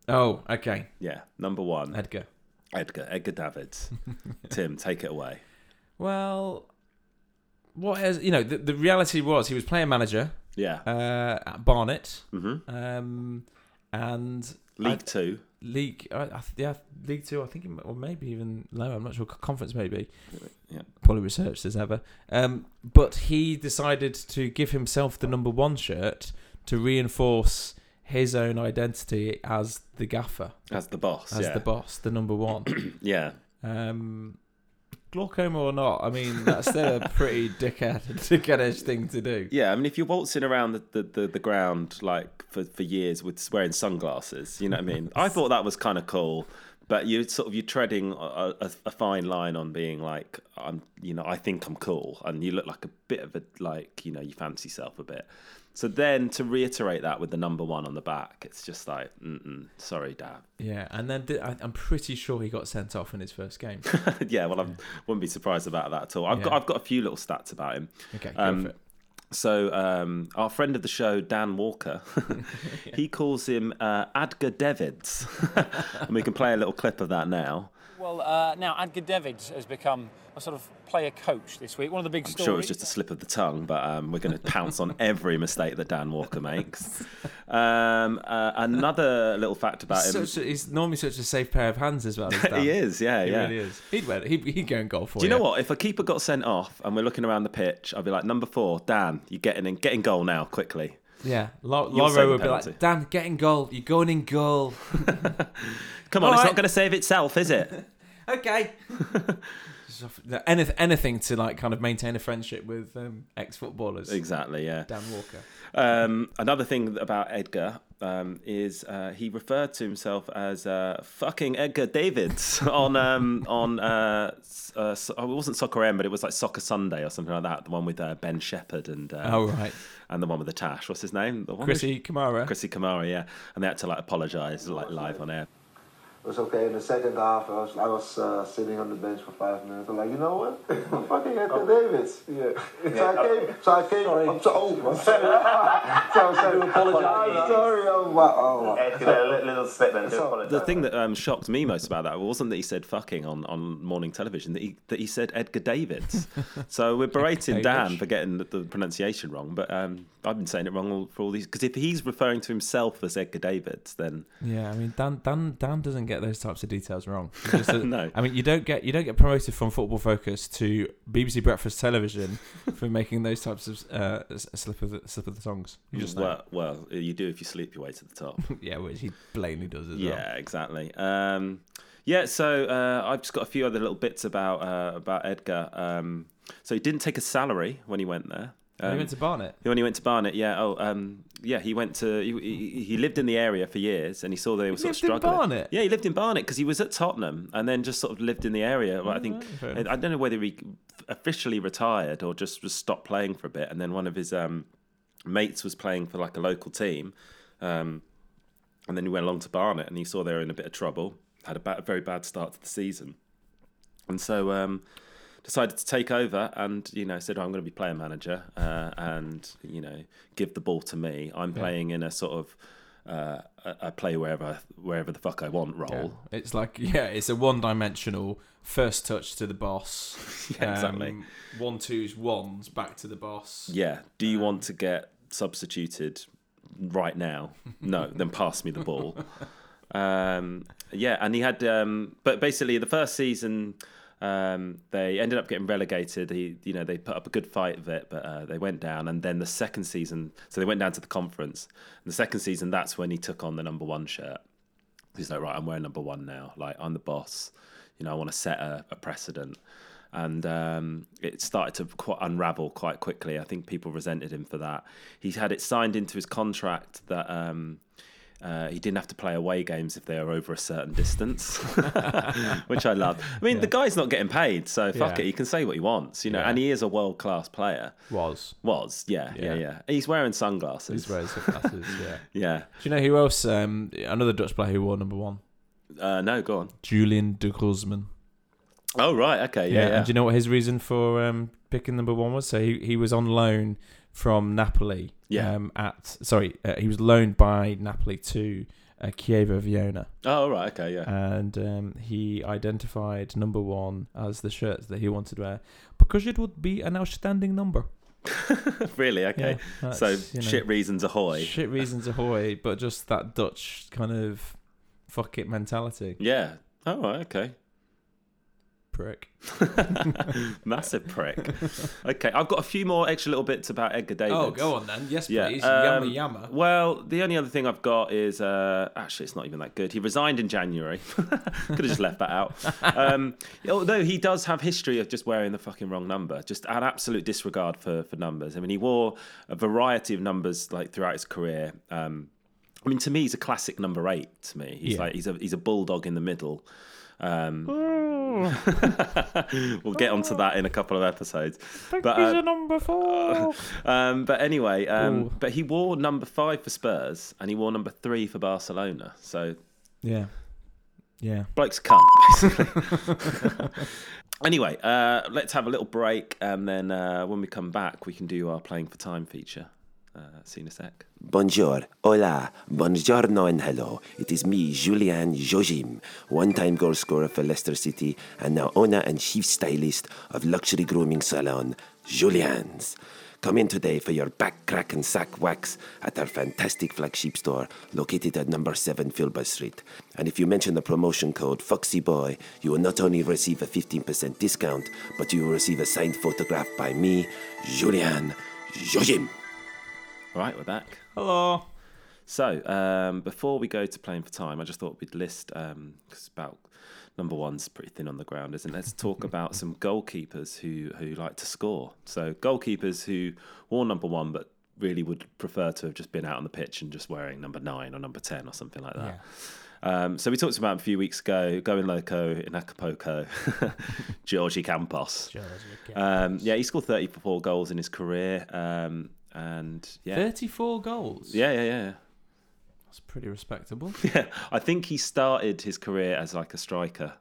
Oh, okay,
Yeah, number one,
Edgar.
Edgar, Edgar Davids. Tim, take it away.
Well, what has you know? The, the reality was he was player manager
Yeah,
uh, at Barnet,
hmm
um, and
League Two.
League, I, I, th- yeah, League Two. I think, it m- or maybe even lower. I'm not sure. Conference, maybe.
Yeah.
Poorly researched as ever. Um, but he decided to give himself the number one shirt to reinforce his own identity as the gaffer,
As the boss.
as
yeah.
the boss, the number one.
yeah.
um, glaucoma or not, I mean that's still a pretty dickhead, dickheadish thing to do.
Yeah, I mean, if you're waltzing around the, the, the, the ground like for, for years with wearing sunglasses, you know what I mean. I thought that was kind of cool, but you sort of you're treading a, a, a fine line on being like, I'm, you know, I think I'm cool, and you look like a bit of a like, you know, you fancy yourself a bit. So then to reiterate that with the number one on the back, it's just like, mm-mm, sorry, Dad.
Yeah, and then did, I, I'm pretty sure he got sent off in his first game.
yeah, well, I wouldn't be surprised about that at all. I've got
Yeah.
I've got a few little stats about him.
Okay, go
Um,
for it.
So um, our friend of the show, Dan Walker, he calls him uh, Adgar Devids, and we can play a little clip of that now.
Well, uh, now Adgar Davids has become a sort of player coach this week. One of the big
I'm
stories.
sure it was just a slip of the tongue, but um, we're going to pounce on every mistake that Dan Walker makes. Um, uh, another little fact about him.
Such a, he's normally such a safe pair of hands as well. As Dan.
he is, yeah,
He
yeah.
really is. He'd wear. He'd, he'd go and golf for
Do you know what? If a keeper got sent off and we're looking around the pitch, I'd be like, number four, Dan, you're getting in, get in goal now, quickly.
Yeah, Lau-
You'll save
Laura
the
would be like,
penalty.
Dan, get in goal. You're going in goal.
Come on, it's
All
not
right.
going to save itself, is it?
okay. Just off- no, anyth- anything to like kind of maintain a friendship with um, ex-footballers.
exactly, yeah.
Dan Walker.
Um, another thing about Edgar um, is uh, he referred to himself as uh, fucking Edgar Davids on um, on uh, s- uh, so- oh, it wasn't Soccer M, but it was like Soccer Sunday or something like that. The one with uh, Ben Shepherd and uh,
Oh right,
and the one with the Tash. What's his name? The one with-
Chrissy Kamara.
Chrissy Kamara, yeah. And they had to like apologise like live on air.
It was okay. In the second half, I was, I was uh, sitting on the bench for five minutes. I'm like, you know what? I'm fucking Anthony Davis. Yeah. So I came. So I came. I'm so, oh, I'm sorry. so I'm sorry. I'm sorry. I'm, oh,
Ed, could I- a li- little slip then. Do apologise.
The thing that um, shocked me most about that wasn't that he said fucking on, on morning television, that he, that he said Edgar Davids. so we're berating Dan
Davids.
for getting the, the pronunciation wrong, but um, I've been saying it wrong all, for all these. Because if he's referring to himself as Edgar Davids, then
Yeah, I mean Dan Dan Dan doesn't get those types of details wrong. He just doesn't-
No.
I mean you don't get you don't get promoted from Football Focus to BBC Breakfast Television for making those types of uh, s- slip of the, slip of the tongues. You just know.
well, well, you do if you sleep your way to the top.
yeah, which he blatantly does as well.
yeah, exactly. Um, yeah, so uh, I've just got a few other little bits about uh, about Edgar. Um, so he didn't take a salary when he went there.
he
Um,
went to Barnet.
When he went to Barnet, yeah. Oh, um, yeah. He went to. He, he, he lived in the area for years, and he saw they were sort
lived
of
in
struggling.
Barnet?
Yeah, he lived in Barnet because he was at Tottenham, and then just sort of lived in the area. Well, I think
fair
I I don't know whether he officially retired or just, just stopped playing for a bit, and then one of his um, mates was playing for like a local team, um, and then he went along to Barnet, and he saw they were in a bit of trouble. Had a, ba- a very bad start to the season, and so. Um, decided to take over and you know said "Oh, I'm going to be player manager uh, and you know give the ball to me. I'm playing in a sort of uh, I- I play wherever wherever the fuck I want
Yeah.
role.
It's like yeah, it's a one-dimensional first touch to the boss.
Yeah, exactly.
Um, one twos ones back to the boss.
Yeah. Do you want to get substituted right now? No. then pass me the ball. Um, yeah, and he had um, but basically the first season. Um, they ended up getting relegated. He, you know, they put up a good fight of it, but uh, they went down. And then the second season, so they went down to the conference. And the second season, that's when he took on the number one shirt. He's like, right, I'm wearing number one now. Like, I'm the boss. You know, I want to set a, a precedent. And um, it started to quite unravel quite quickly. I think people resented him for that. He's had it signed into his contract that um, Uh, he didn't have to play away games if they were over a certain distance, which I love. I mean, the guy's not getting paid, so fuck
Yeah.
it. He can say what he wants, you know,
Yeah.
and he is a world class player.
Was.
Was, yeah, yeah,
Yeah.
yeah, He's wearing sunglasses.
He's wearing sunglasses, yeah.
yeah.
Do you know who else? Um, another Dutch player who wore number one,
Uh, no, go on.
Julian de Guzman.
Oh, right. Okay. Yeah. yeah.
And do you know what his reason for um, picking number one was? So he, he was on loan from Napoli.
Yeah.
Um, at sorry, uh, he was loaned by Napoli to uh, Chievo Viona,
oh, right. Okay. Yeah.
and um, he identified number one as the shirt that he wanted to wear because it would be an outstanding number.
really? Okay.
Yeah,
so,
that's, you know,
shit reasons ahoy.
Shit reasons ahoy, but just that Dutch kind of fuck it mentality.
Yeah. Oh, right. Okay.
Prick.
Massive prick. Okay, I've got a few more extra little bits about Edgar
Oh,
Davids.
on then. Yes,
Yeah. um, Well, the only other thing I've got is uh, actually it's not even that good. He resigned in January. Could have just left that out. Um, although he does have history of just wearing the fucking wrong number, just an absolute disregard for for numbers. I mean, he wore a variety of numbers like throughout his career. Um, I mean, to me, he's a classic number eight. To me, he's
Yeah.
like he's a he's a bulldog in the middle. Um, we'll get onto that in a couple of episodes. But, uh,
number four.
um, but anyway, um,
Ooh.
but he wore number five for Spurs and he wore number three for Barcelona. So
yeah. Yeah.
bloke's a cunt, basically. anyway, uh, let's have a little break and then uh, when we come back, we can do our playing for time feature. Uh, see you in a sec.
Bonjour, hola, buongiorno, and hello. It is me, Julian Jojim, one time goal scorer for Leicester City and now owner and chief stylist of luxury grooming salon, Julian's. Come in today for your back crack and sack wax at our fantastic flagship store located at number 7 Filbert Street. And if you mention the promotion code FoxyBoy, you will not only receive a 15% discount, but you will receive a signed photograph by me, Julian Jojim.
All right, we're back.
Hello.
So, um, before we go to playing for time, I just thought we'd list because about number one's pretty thin on the ground, isn't it? Let's talk about some goalkeepers who who like to score. So, goalkeepers who wore number one but really would prefer to have just been out on the pitch and just wearing number nine or number ten or something
Uh,
like that. Um, so we talked about him a few weeks ago, going loco in Acapulco, Georgie Campos. Um, yeah, he scored 34 goals in his career, um, and yeah,
34 goals.
yeah, yeah, yeah.
That's pretty respectable.
Yeah, I think he started his career as like a striker.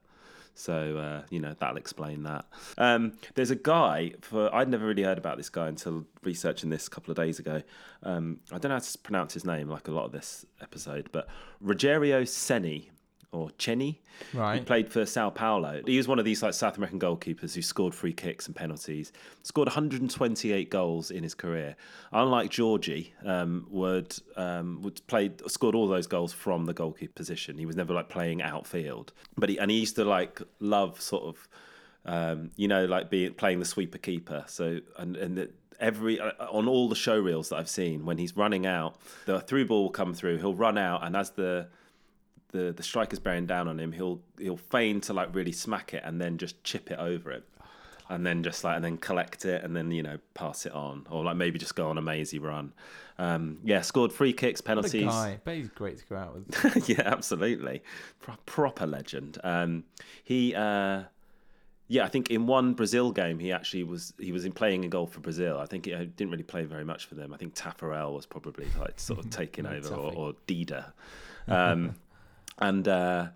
So uh, you know that'll explain that. Um, there's a guy for I'd never really heard about this guy until researching this a couple of days ago. Um, I don't know how to pronounce his name, like a lot of this episode, but Rogerio Seni or Chenny. He
Right.
played for Sao Paulo. He was one of these like South American goalkeepers who scored free kicks and penalties. Scored 128 goals in his career. Unlike Georgie, um, would um, would played scored all those goals from the goalkeeper position. He was never like playing outfield. But he and he used to like love sort of um, you know, like being playing the sweeper keeper. So and and the, every uh, on all the show reels that I've seen, when he's running out, the through ball will come through. He'll run out, and as the the the striker's bearing down on him, he'll he'll feign to like really smack it and then just chip it over him. And then just like and then collect it and then you know pass it on or like maybe just go on a mazy run, um, yeah. Scored free kicks,
What
penalties
a guy. But he's great to go out with.
yeah, absolutely. Pro- proper legend. Um, he, uh, yeah, I think in one Brazil game, he actually was he was in playing a goal for Brazil. I think he uh, didn't really play very much for them. I think Tafarel was probably like sort of taking over or,
Tafi.
or Dida. Um, and uh,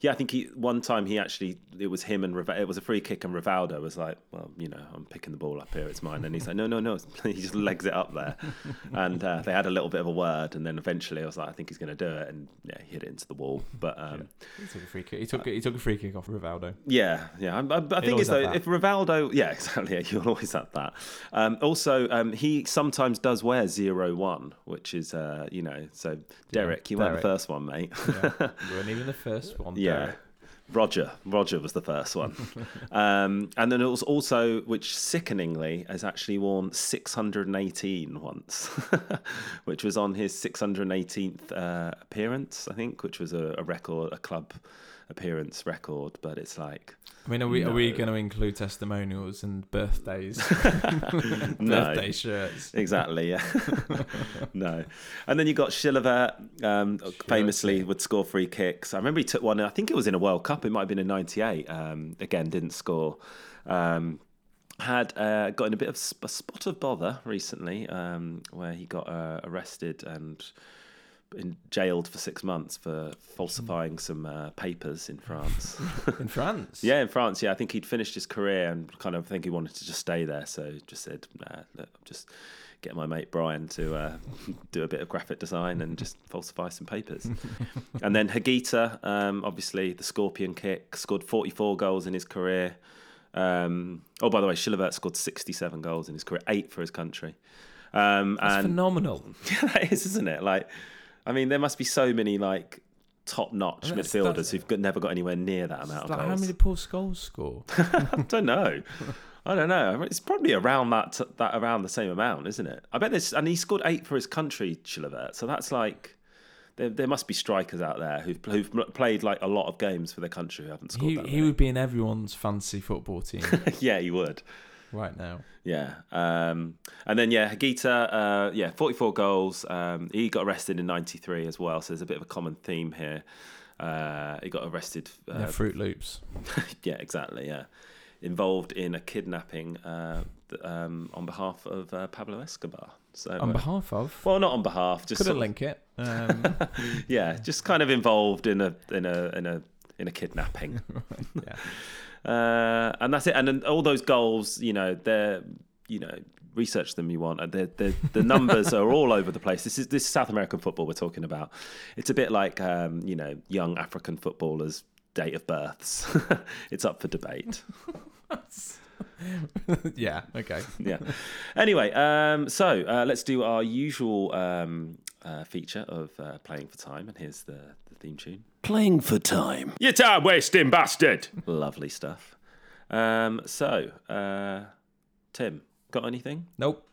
yeah, I think he one time he actually it was him and Riva- it was a free kick and Rivaldo was like, well, you know, I'm picking the ball up here, it's mine, and he's like, no, no, no, he just legs it up there, and uh, they had a little bit of a word, and then eventually I was like, I think he's going to do it, and yeah, he hit it into the wall, but um,
He took a free kick. He took, he took a free kick off Rivaldo.
yeah, yeah. I, I, I think
always
it's though
have that.
if Rivaldo, yeah, exactly. Yeah, you'll always have that. Um, also, um, he sometimes does wear zero one, which is uh, you know. So Derek, you weren't
Derek.
the first one, mate.
You weren't even the first one.
yeah.
Derek.
Roger. Roger was the first one. um, and then it was also, which sickeningly has actually worn 618 once, which was on his 618th uh, appearance, I think, which was a, a record, a club appearance record. But it's like,
I mean, are we are we going to include testimonials and birthdays, birthday shirts?
Exactly, yeah. no. And then you got Shilover, um, famously would score free kicks. I remember he took one, I think it was in a World Cup, it might have been in 98. Um, again, didn't score. Um, had uh, got in a bit of sp- a spot of bother recently um, where he got uh, arrested and in jailed for six months for falsifying some uh, papers in France.
In France,
Yeah, in France. Yeah, I think he'd finished his career and kind of think he wanted to just stay there. So just said, nah, look, I'll just get my mate Brian to uh, do a bit of graphic design and just falsify some papers. and then Hagita, um, obviously the scorpion kick, scored 44 goals in his career. Um, oh, by the way, Shilivert scored 67 goals in his career, eight for his country. Um,
that's
and
phenomenal.
yeah, that is, isn't it? Like, I mean, there must be so many like top-notch
That's-
midfielders
that's-
who've got, never got anywhere near that amount
Like,
of
how
goals.
many Paul Scholes score?
I don't know. I don't know. It's probably around that that around the same amount, isn't it? I bet there's and he scored eight for his country, Chilivert. So that's like there, there must be strikers out there who've who've played like a lot of games for their country who haven't scored
he
that.
he
many.
would be in everyone's fantasy football team
yeah, he would.
right now.
Yeah. Um, and then, yeah, Hagita, uh, yeah, 44 goals. Um, he got arrested in 93 as well. So there's a bit of a common theme here. Uh, he got arrested. Uh,
Yeah, Fruit Loops.
yeah, exactly. Yeah. Involved in a kidnapping uh, th- um, on behalf of uh, Pablo Escobar. So,
On
uh,
behalf of,
well, not on behalf, just
could have
sort of-
link it. Um,
yeah, just kind of involved in a in a in a in a kidnapping.
yeah.
uh, and that's it. And then all those goals, you know, they're you know, research them you want. Uh, They're, they're, the numbers are all over the place. This is this is South American football we're talking about. It's a bit like um, you know, young African footballers' date of births. it's up for debate.
yeah. Okay.
yeah. Anyway, um, so uh, let's do our usual um, uh, feature of uh, playing for time, and here's the, the theme tune.
Playing for time.
You time wasting bastard. Lovely stuff. Um, so, uh, Tim, got anything?
Nope.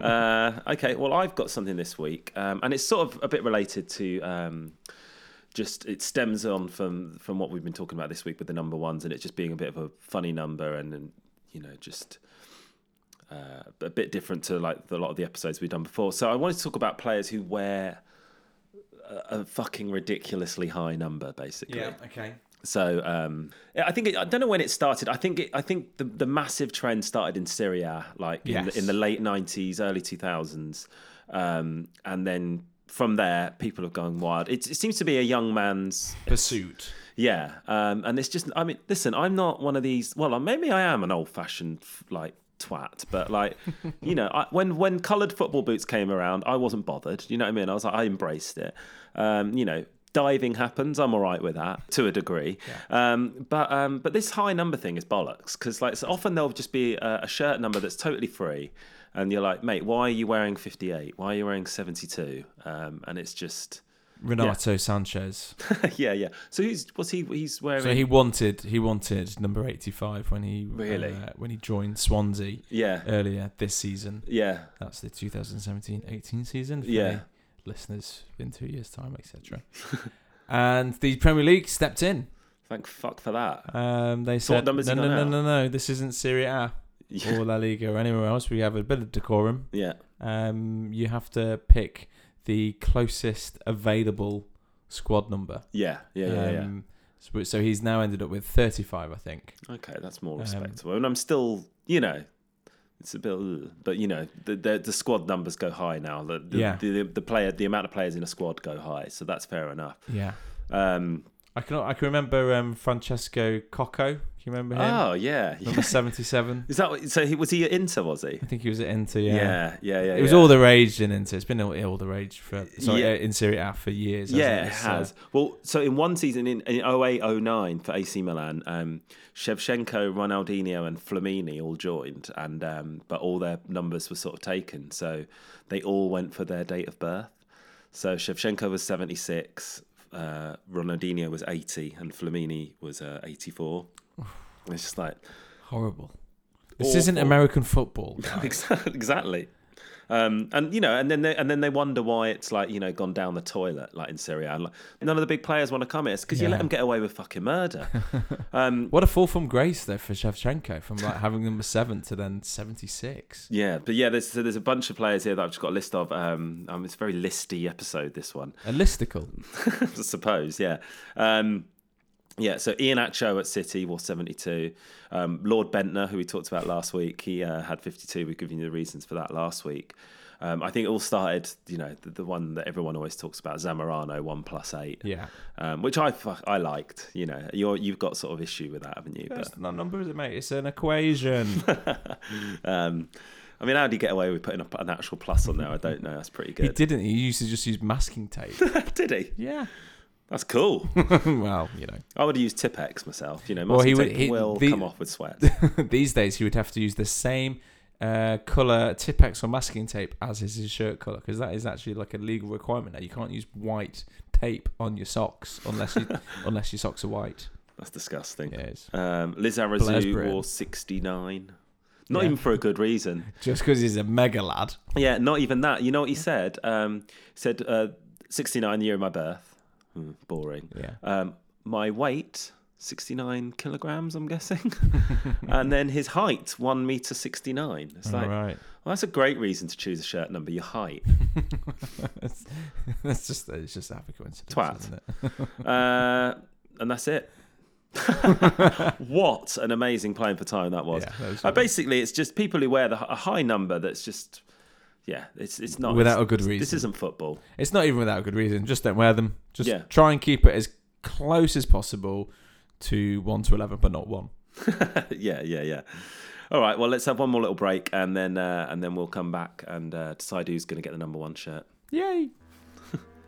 Uh, okay, well, I've got something this week, um, and it's sort of a bit related to. Um, just it stems on from from what we've been talking about this week with the number ones and it just being a bit of a funny number and, and you know just uh, a bit different to like the, a lot of the episodes we've done before so i wanted to talk about players who wear a, a fucking ridiculously high number basically
Okay.
so um, yeah, I think it, I don't know when it started. I think it, I think the, the massive trend started in Syria, like in,
Yes.
the, in the late '90s, early 2000s, um, and then from there, people have gone wild. It, it seems to be a young man's
Pursuit.
yeah, um, and it's just. I mean, listen, I'm not one of these. Well, maybe I am an old-fashioned like twat, but like, you know, I, when when coloured football boots came around, I wasn't bothered. You know what I mean? I was like, I embraced it. Um, you know, diving happens. I'm all right with that to a degree. Um, but um, but this high number thing is bollocks because like so often there'll just be a, a shirt number that's totally free. And you're like, mate, why are you wearing 58? Why are you wearing 72? Um, and it's just,
Renato Sanchez.
yeah, yeah. So he's, what's he, he's wearing?
So he wanted he wanted number eighty five when he
Really?
uh, when he joined Swansea
yeah.
earlier this season.
Yeah,
That's the 2017-18 season. For
Yeah.
the listeners in two years' time, etc. and the Premier League stepped in.
thank fuck for that.
Um, they
So what
said, no,
number's
no,
he got
no,
now?"
no, no, this isn't Serie A or La Liga or anywhere else. We have a bit of decorum.
Yeah,
Um, you have to pick the closest available squad number.
yeah, yeah, yeah. yeah.
Um, so, so he's now ended up with 35, I think.
Okay, that's
um,
more respectable. and I'm still, you know, it's a bit, ugh, but you know, the the, the squad numbers go high now. The, the,
Yeah.
the the player, the amount of players in a squad go high, so that's fair enough.
Yeah.
Um,
I can I can remember um, Francesco Cocco. Can you remember him?
oh yeah,
Number 77.
is that what, so? He, was he at Inter? Was he?
I think he was at Inter, yeah.
Yeah, yeah, yeah.
It was all the rage in Inter. It's been all, all the rage for sorry,
Yeah.
uh in Serie A for years. hasn't uh,
Yeah, it
So-
has. Well, so in one season in, in 08 09 for AC Milan, um, Shevchenko, Ronaldinho, and Flamini all joined, and um, but all their numbers were sort of taken, so they all went for their date of birth. So Shevchenko was 76, uh, Ronaldinho was 80 and Flamini was uh, 84. It's just like
Horrible. This isn't
Awful.
American football.
Exa- exactly. Um, and you know, and then they, and then they wonder why it's like you know gone down the toilet like in Serie A. And, like, none of the big players want to come here because you
Yeah.
let them get away with fucking murder. um,
What a fall from grace though for Shevchenko from like having number seven to then seventy six.
yeah, but yeah, there's so there's a bunch of players here that I've just got a list of. Um, um, it's a very listy episode this one,
A listicle.
I suppose. Yeah, um, yeah. So Ian Acho at City was 72. Um, Lord Bentner, who we talked about last week, he uh, had 52. We've given you the reasons for that last week. Um, I think it all started, you know, the, the one that everyone always talks about, Zamorano, one plus eight.
Yeah.
um, which I fuck, I liked. You know, you're you've got sort of issue with that, haven't you? But
It's not a number, is it, mate? It's an equation.
um, I mean, how do you get away with putting up an actual plus on there? I don't know. That's pretty
he
good.
didn't. He used to just use masking tape.
Did he?
yeah.
That's cool.
well, you know.
I would use Tipex myself. You know,
Well, he
masking
would-
tape
he-
will
the-
come off with sweat.
These days, he would have to use the same uh, color Tipex or masking tape as is his shirt color because that is actually like a legal requirement now. You can't use white tape on your socks unless you, unless your socks are white.
That's disgusting.
Yeah, it's-
Um, Liz
Blair's
Arazu
Britain.
wore 69. Not
Yeah.
even for a good reason.
Just because he's a mega lad.
Yeah, not even that. You know what he said? Um, he said, uh, 69, the year of my birth. Hmm, boring.
Yeah.
Um, my weight, 69 kilograms, I'm guessing. and then his height, 1 meter 69. It's like,
right.
well, that's a great reason to choose a shirt number, your height.
That's, that's just it's just happy coincidence,
Twat.
isn't it?
uh, and that's it. what an amazing playing for time that was.
Yeah, that was
uh,
good.
basically, it's just people who wear the, a high number that's just, yeah, it's, it's not.
Without
it's-
a good
This
reason.
isn't football.
It's not even without good reason. Just don't wear them. Just
Yeah.
try and keep it as close as possible to one to eleven, but not one.
yeah, yeah, yeah. All right, well, let's have one more little break, and then uh, and then we'll come back and uh, decide who's going to get the number one shirt.
Yay!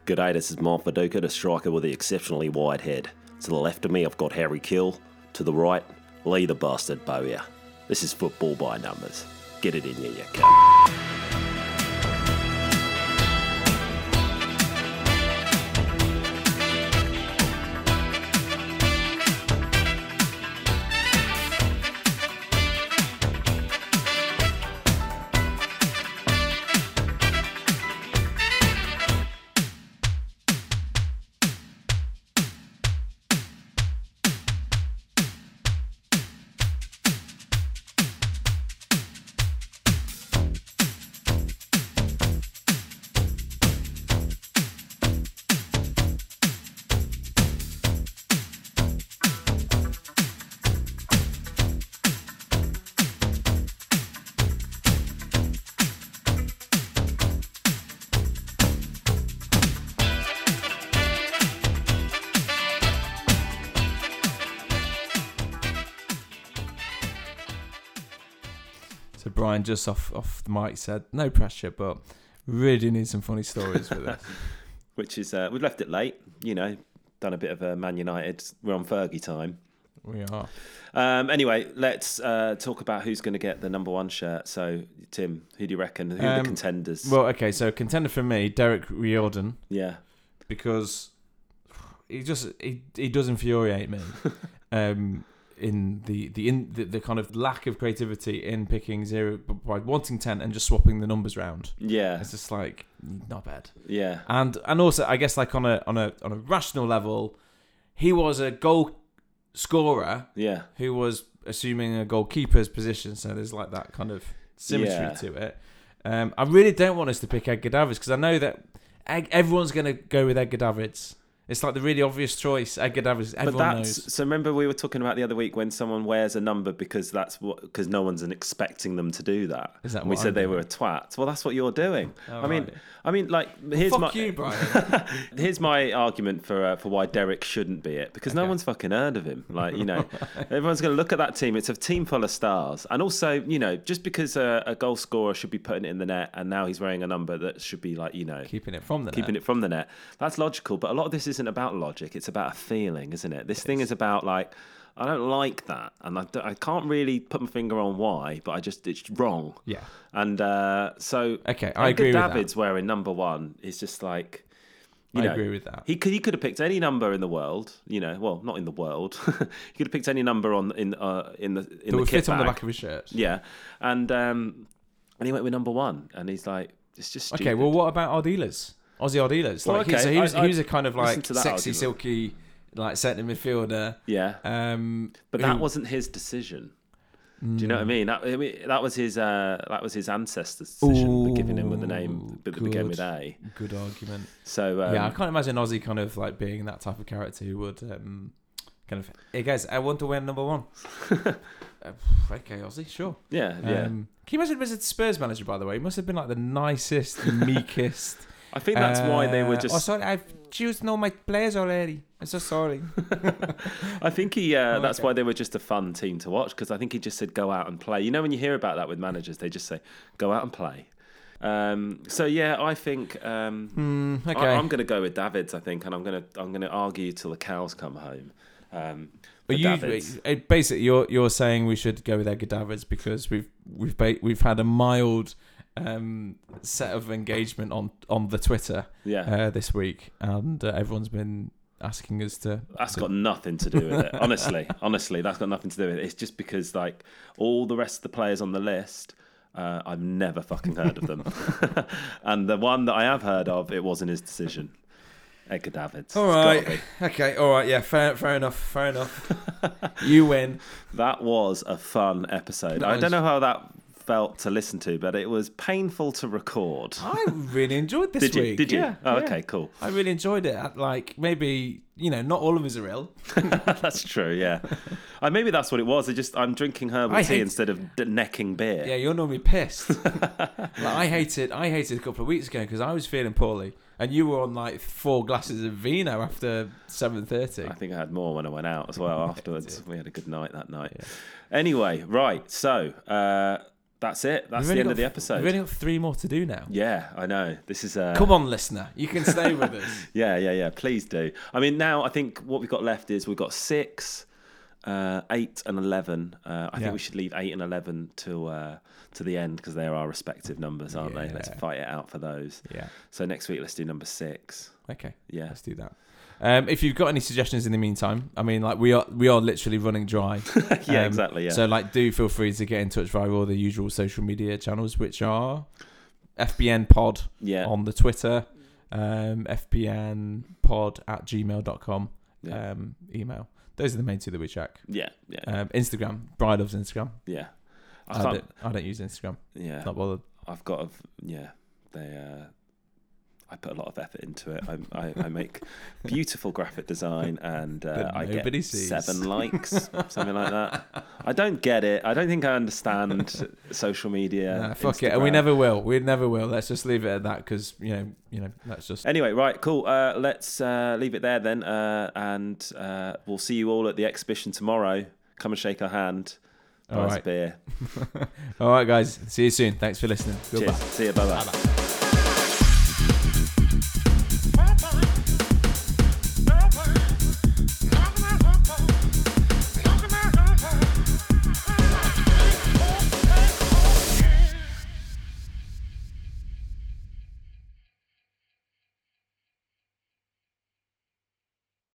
Good day, this is Mark Viduka, the striker with the exceptionally wide head. To the left of me, I've got Harry Kill. To the right, Lee the bastard Bowyer. This is football by numbers. Get it in you, you cunt.
So Brian just off off the mic said, "No pressure, but really do need some funny stories with us."
Which is, uh, we've left it late, you know, done a bit of uh, Man United. We're on Fergie time.
we are.
Um, anyway, let's uh, talk about who's going to get the number one shirt. So, Tim, who do you reckon? Who are
Um,
the contenders?
Well, okay. So contender for me, Derek Riordan,
yeah.
because he just he, he does infuriate me. um, in the the in the, the kind of lack of creativity in picking zero by wanting ten and just swapping the numbers round.
Yeah.
It's just like not bad.
Yeah.
and and also I guess like on a on a on a rational level, he was a goal scorer
Yeah.
who was assuming a goalkeeper's position, so there's like that kind of symmetry
Yeah.
to it. Um, I really don't want us to pick Edgar Davids because I know that Ed, everyone's going to go with Edgar Davids. It's like the really obvious choice. Edgar Davids,
But
everyone
that's
knows.
so. Remember, we were talking about the other week when someone wears a number because that's what because no one's expecting them to do that.
Is that
And we
what
said
I'm
they
doing?
were a twat. Well, that's what you're doing. I mean,
right.
I mean, like here's
Fuck
my
you, Brian.
here's my argument for uh, for why Derek shouldn't be it because no one's fucking heard of him. Like you know, everyone's going to look at that team. It's a team full of stars, and also you know, just because a, a goal scorer should be putting it in the net, and now he's wearing a number that should be like you know
Keeping it from the
keeping
net.
it from the net. That's logical, but a lot of this isn't about logic. It's about a feeling, isn't it? This thing is about like I don't like that, and I, don't- I can't really put my finger on why, but I just it's wrong.
Yeah.
And uh, so
Okay, I
Edgar
agree with that.
Davids wearing number one is just like You
I
know,
agree with that.
He could he could have picked any number in the world, you know. Well, not in the world. he could have picked any number on in uh, in the in
That
the
would
kit
fit on the
bag.
back of his shirt.
Yeah, and um, and he went with number one, and he's like, it's just stupid.
Okay, well, what about our dealers? Aussie our dealers.
Well,
Like, he-
okay,
so he
I-
was,
I
he was a kind of
listened
like
to that
sexy,
argument.
silky, like centre midfielder.
yeah,
Um,
but that
who-
wasn't his decision. Do you know
Mm.
what I mean? That, I mean, that was his uh, that was his ancestors' decision for giving him with the name
Ooh,
that began
good.
with A.
Good argument.
So um,
yeah, I can't imagine Aussie kind of like being that type of character who would um, kind of. Hey guys, I want to win number one. Uh, okay, Aussie, sure.
yeah, yeah.
Um, can you imagine if it was a Spurs manager? By the way, he must have been like the nicest, meekest.
I think that's why they were
Uh,
just.
Oh, sorry, I've chosen all my players already. I'm so sorry.
I think he. Uh,
Oh,
that's
okay.
why they were just a fun team to watch because I think he just said go out and play. You know, when you hear about that with managers, they just say go out and play. Um, so yeah, I think um,
Mm, okay.
I, am going to go with Davids. I think, and I'm going to I'm going to argue till the cows come home. Um, for
But you
Davids.
uh, basically you're you're saying we should go with Edgar Davids because we've we've ba- we've had a mild um, set of engagement on on the Twitter
yeah,
uh, this week, and uh, everyone's been asking us to.
that's got nothing to do with it. Honestly, honestly, that's got nothing to do with it. It's just because like all the rest of the players on the list. Uh, I've never fucking heard of them, and the one that I have heard of, it wasn't his decision. Edgar Davids.
All
It's gotta
right.
be.
Okay. All right. Yeah. Fair. Fair enough. Fair enough. you win.
That was a fun episode.
That
I
was-
don't know how that felt to listen to, but it was painful to record.
I really enjoyed Oh, this
Did you?
week.
Did you?
Yeah,
oh,
yeah.
okay, cool.
I really enjoyed it. I- Like maybe you know, not all of us are ill.
That's true. Yeah, uh, maybe that's what it was. I just I'm drinking herbal
I
tea
hate-
instead of d- necking beer.
Yeah, you're normally pissed. like, I hated. I hated a couple of weeks ago because I was feeling poorly, and you were on like four glasses of vino after seven thirty.
I think I had more when I went out as well. Afterwards, we had a good night that night. Anyway, right. So uh, that's it. That's the end of the episode.
We've only got three more to do now.
Yeah, I know. This is uh,
Come on, listener, you can stay with us.
Yeah, yeah, yeah. Please do. I mean, now I think what we've got left is we've got six, uh, eight, and eleven. Uh, I
Yeah.
think we should leave eight and eleven to uh, to the end because they're our respective numbers, aren't they? Let's
Yeah.
fight it out for those.
Yeah.
So next week, let's do number six.
Okay.
Yeah.
Let's do that. Um, if you've got any suggestions in the meantime, I mean, like we are we are literally running dry.
Yeah,
Um,
exactly. Yeah.
So like, do feel free to get in touch via all the usual social media channels, which are FBN Pod
yeah.
on the Twitter, um, fbnpod at gmail.com
Yeah.
um, email. Those are the main two that we check.
yeah. Yeah.
Um, Instagram, Brian loves Instagram.
yeah. I
I,
can't.
don't, I don't use Instagram.
yeah.
Not bothered.
I've got a v- yeah. They uh, I put a lot of effort into it. I I, I make beautiful graphic design, and uh,
That
I
nobody
get
sees.
seven likes, something like that. I don't get it. I don't think I understand social media.
Nah, fuck it, and we
Instagram.
never will. We never will. Let's just leave it at that because you know, you know, that's just.
Anyway, right, cool. Uh, let's uh, leave it there then, uh, and uh, we'll see you all at the exhibition tomorrow. Come and shake our hand. Buy
All
us a
right.
beer.
All right, guys. See you soon. Thanks for listening. Goodbye.
Cheers. See you. Bye bye.